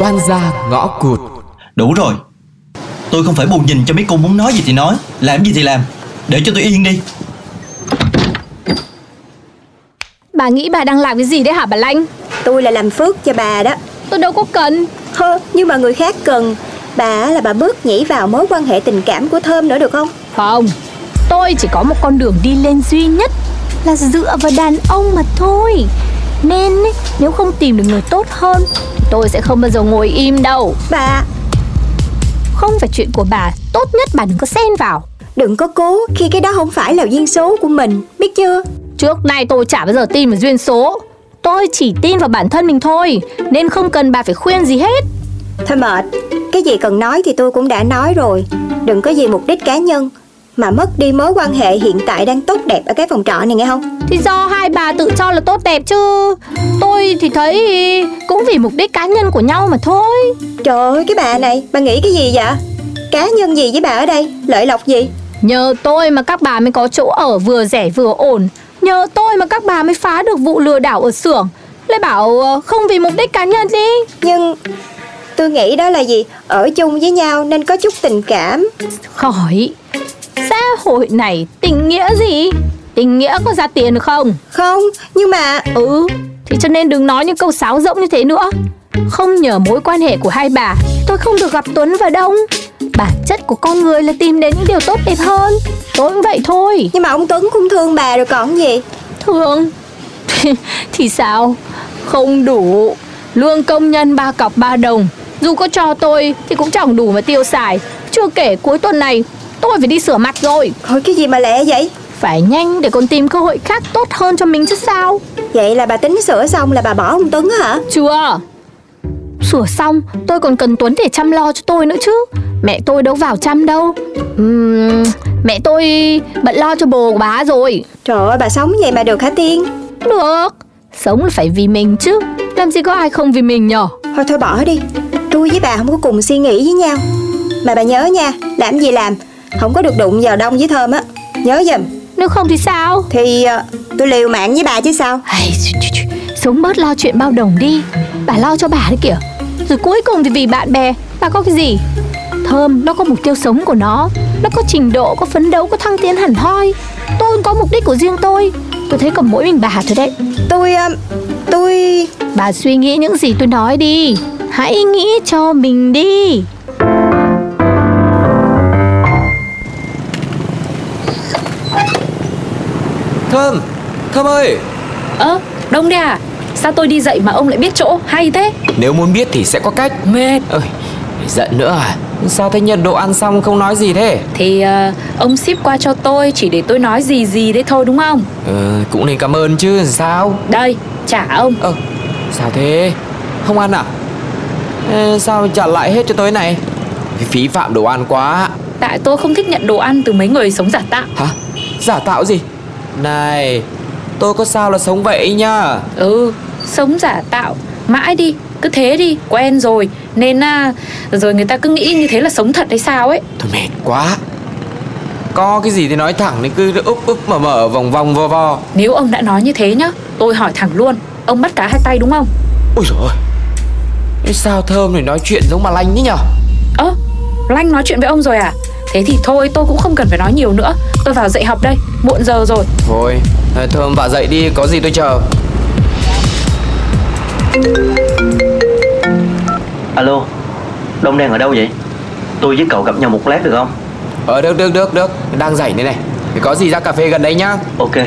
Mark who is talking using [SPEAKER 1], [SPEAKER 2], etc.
[SPEAKER 1] oan gia ngõ cụt
[SPEAKER 2] Đủ rồi Tôi không phải bù nhìn cho mấy cô muốn nói gì thì nói Làm gì thì làm Để cho tôi yên đi
[SPEAKER 3] Bà nghĩ bà đang làm cái gì đấy hả bà Lanh
[SPEAKER 4] Tôi là làm phước cho bà đó
[SPEAKER 3] Tôi đâu có cần
[SPEAKER 4] Hơ, nhưng mà người khác cần Bà là bà bớt nhảy vào mối quan hệ tình cảm của Thơm nữa được không?
[SPEAKER 3] Không Tôi chỉ có một con đường đi lên duy nhất Là dựa vào đàn ông mà thôi Nên ý, nếu không tìm được người tốt hơn Tôi sẽ không bao giờ ngồi im đâu
[SPEAKER 4] Bà,
[SPEAKER 3] Không phải chuyện của bà Tốt nhất bà đừng có xen vào
[SPEAKER 4] đừng có cố khi cái đó không phải là duyên số của mình, biết chưa?
[SPEAKER 3] Trước nay tôi chả bao giờ tin vào duyên số Tôi chỉ tin vào bản thân mình thôi Nên không cần bà phải khuyên gì hết
[SPEAKER 4] Thôi mệt, cái gì cần nói thì tôi cũng đã nói rồi Đừng có vì mục đích cá nhân Mà mất đi mối quan hệ hiện tại đang tốt đẹp ở cái phòng trọ này nghe không?
[SPEAKER 3] Thì do hai bà tự cho là tốt đẹp chứ Tôi thì thấy cũng vì mục đích cá nhân của nhau mà thôi
[SPEAKER 4] Trời ơi, cái bà này, bà nghĩ cái gì vậy? Cá nhân gì với bà ở đây? Lợi lộc gì?
[SPEAKER 3] Nhờ tôi mà các bà mới có chỗ ở vừa rẻ vừa ổn Nhờ tôi mà các bà mới phá được vụ lừa đảo ở xưởng Lại bảo ờ, không vì mục đích cá nhân đi
[SPEAKER 4] Nhưng tôi nghĩ đó là gì? Ở chung với nhau nên có chút tình cảm
[SPEAKER 3] Khỏi Xã hội này tình nghĩa gì Tình nghĩa có ra tiền được không
[SPEAKER 4] Không, nhưng mà
[SPEAKER 3] Ừ Thì cho nên đừng nói những câu sáo rỗng như thế nữa Không nhờ mối quan hệ của hai bà Tôi không được gặp Tuấn và Đông Bản chất của con người là tìm đến những điều tốt đẹp hơn Tôi cũng vậy thôi
[SPEAKER 4] Nhưng mà ông Tuấn cũng thương bà rồi còn gì
[SPEAKER 3] Thương Thì sao Không đủ Lương công nhân ba cọc ba đồng Dù có cho tôi thì cũng chẳng đủ mà tiêu xài Chưa kể cuối tuần này Tôi phải đi sửa mặt rồi
[SPEAKER 4] Thôi cái gì mà lẹ vậy
[SPEAKER 3] Phải nhanh để còn tìm cơ hội khác tốt hơn cho mình chứ sao
[SPEAKER 4] Vậy là bà tính sửa xong là bà bỏ ông Tuấn hả
[SPEAKER 3] Chưa Sửa xong tôi còn cần Tuấn để chăm lo cho tôi nữa chứ Mẹ tôi đâu vào chăm đâu Ừm, Mẹ tôi bận lo cho bồ của bà rồi
[SPEAKER 4] Trời ơi bà sống vậy mà được hả Tiên
[SPEAKER 3] Được Sống là phải vì mình chứ Làm gì có ai không vì mình nhở
[SPEAKER 4] Thôi thôi bỏ đi Tôi với bà không có cùng suy nghĩ với nhau Mà bà nhớ nha Làm gì làm Không có được đụng vào đông với thơm á Nhớ giùm
[SPEAKER 3] Nếu không thì sao
[SPEAKER 4] Thì ờ, tôi liều mạng với bà chứ sao
[SPEAKER 3] Ai, chù, chù, chù. Sống bớt lo chuyện bao đồng đi Bà lo cho bà đấy kìa Rồi cuối cùng thì vì bạn bè Bà có cái gì Thơm nó có mục tiêu sống của nó Nó có trình độ, có phấn đấu, có thăng tiến hẳn hoi Tôi cũng có mục đích của riêng tôi Tôi thấy còn mỗi mình bà thôi đấy
[SPEAKER 4] Tôi ờ, Tôi
[SPEAKER 3] Bà suy nghĩ những gì tôi nói đi Hãy nghĩ cho mình đi
[SPEAKER 5] Thơm, Thơm ơi
[SPEAKER 6] Ơ, Đông đây à? Sao tôi đi dậy mà ông lại biết chỗ? Hay thế?
[SPEAKER 5] Nếu muốn biết thì sẽ có cách
[SPEAKER 6] Mệt.
[SPEAKER 5] Ơi, giận nữa à Sao thấy nhận đồ ăn xong không nói gì thế
[SPEAKER 6] Thì ờ, ông ship qua cho tôi chỉ để tôi nói gì gì đấy thôi đúng không?
[SPEAKER 5] Ờ, cũng nên cảm ơn chứ sao
[SPEAKER 6] Đây, trả ông.
[SPEAKER 5] Ờ, sao thế Không ăn à Ê, Sao trả lại hết cho tới này Phí phạm đồ ăn quá
[SPEAKER 6] Tại tôi không thích nhận đồ ăn từ mấy người sống giả tạo.
[SPEAKER 5] Hả, giả tạo gì Này, tôi có sao là sống vậy nha
[SPEAKER 6] Ừ, sống giả tạo. Mãi đi, cứ thế đi, quen rồi. Nên à, rồi người ta cứ nghĩ như thế là sống thật hay sao ấy.
[SPEAKER 5] Tôi mệt quá Có cái gì thì nói thẳng Nên cứ úp úp mở mở vòng vòng vo vo
[SPEAKER 6] Nếu ông đã nói như thế nhá, tôi hỏi thẳng luôn. Ông bắt cá hai tay đúng không?
[SPEAKER 5] Ôi trời ơi Ê, Sao Thơm này nói chuyện giống bà Lanh thế nhở
[SPEAKER 6] Ơ, Lanh nói chuyện với ông rồi à? Thế thì thôi, tôi cũng không cần phải nói nhiều nữa. Tôi vào dạy học đây, muộn giờ rồi.
[SPEAKER 5] Thôi à, Thơm bà dậy đi có gì tôi chờ
[SPEAKER 2] Alo Đông đang ở đâu vậy Tôi với cậu gặp nhau một lát được không
[SPEAKER 5] Ờ được được được được Đang rảnh đây này Thì Có gì ra cà phê gần đây nhá
[SPEAKER 2] Ok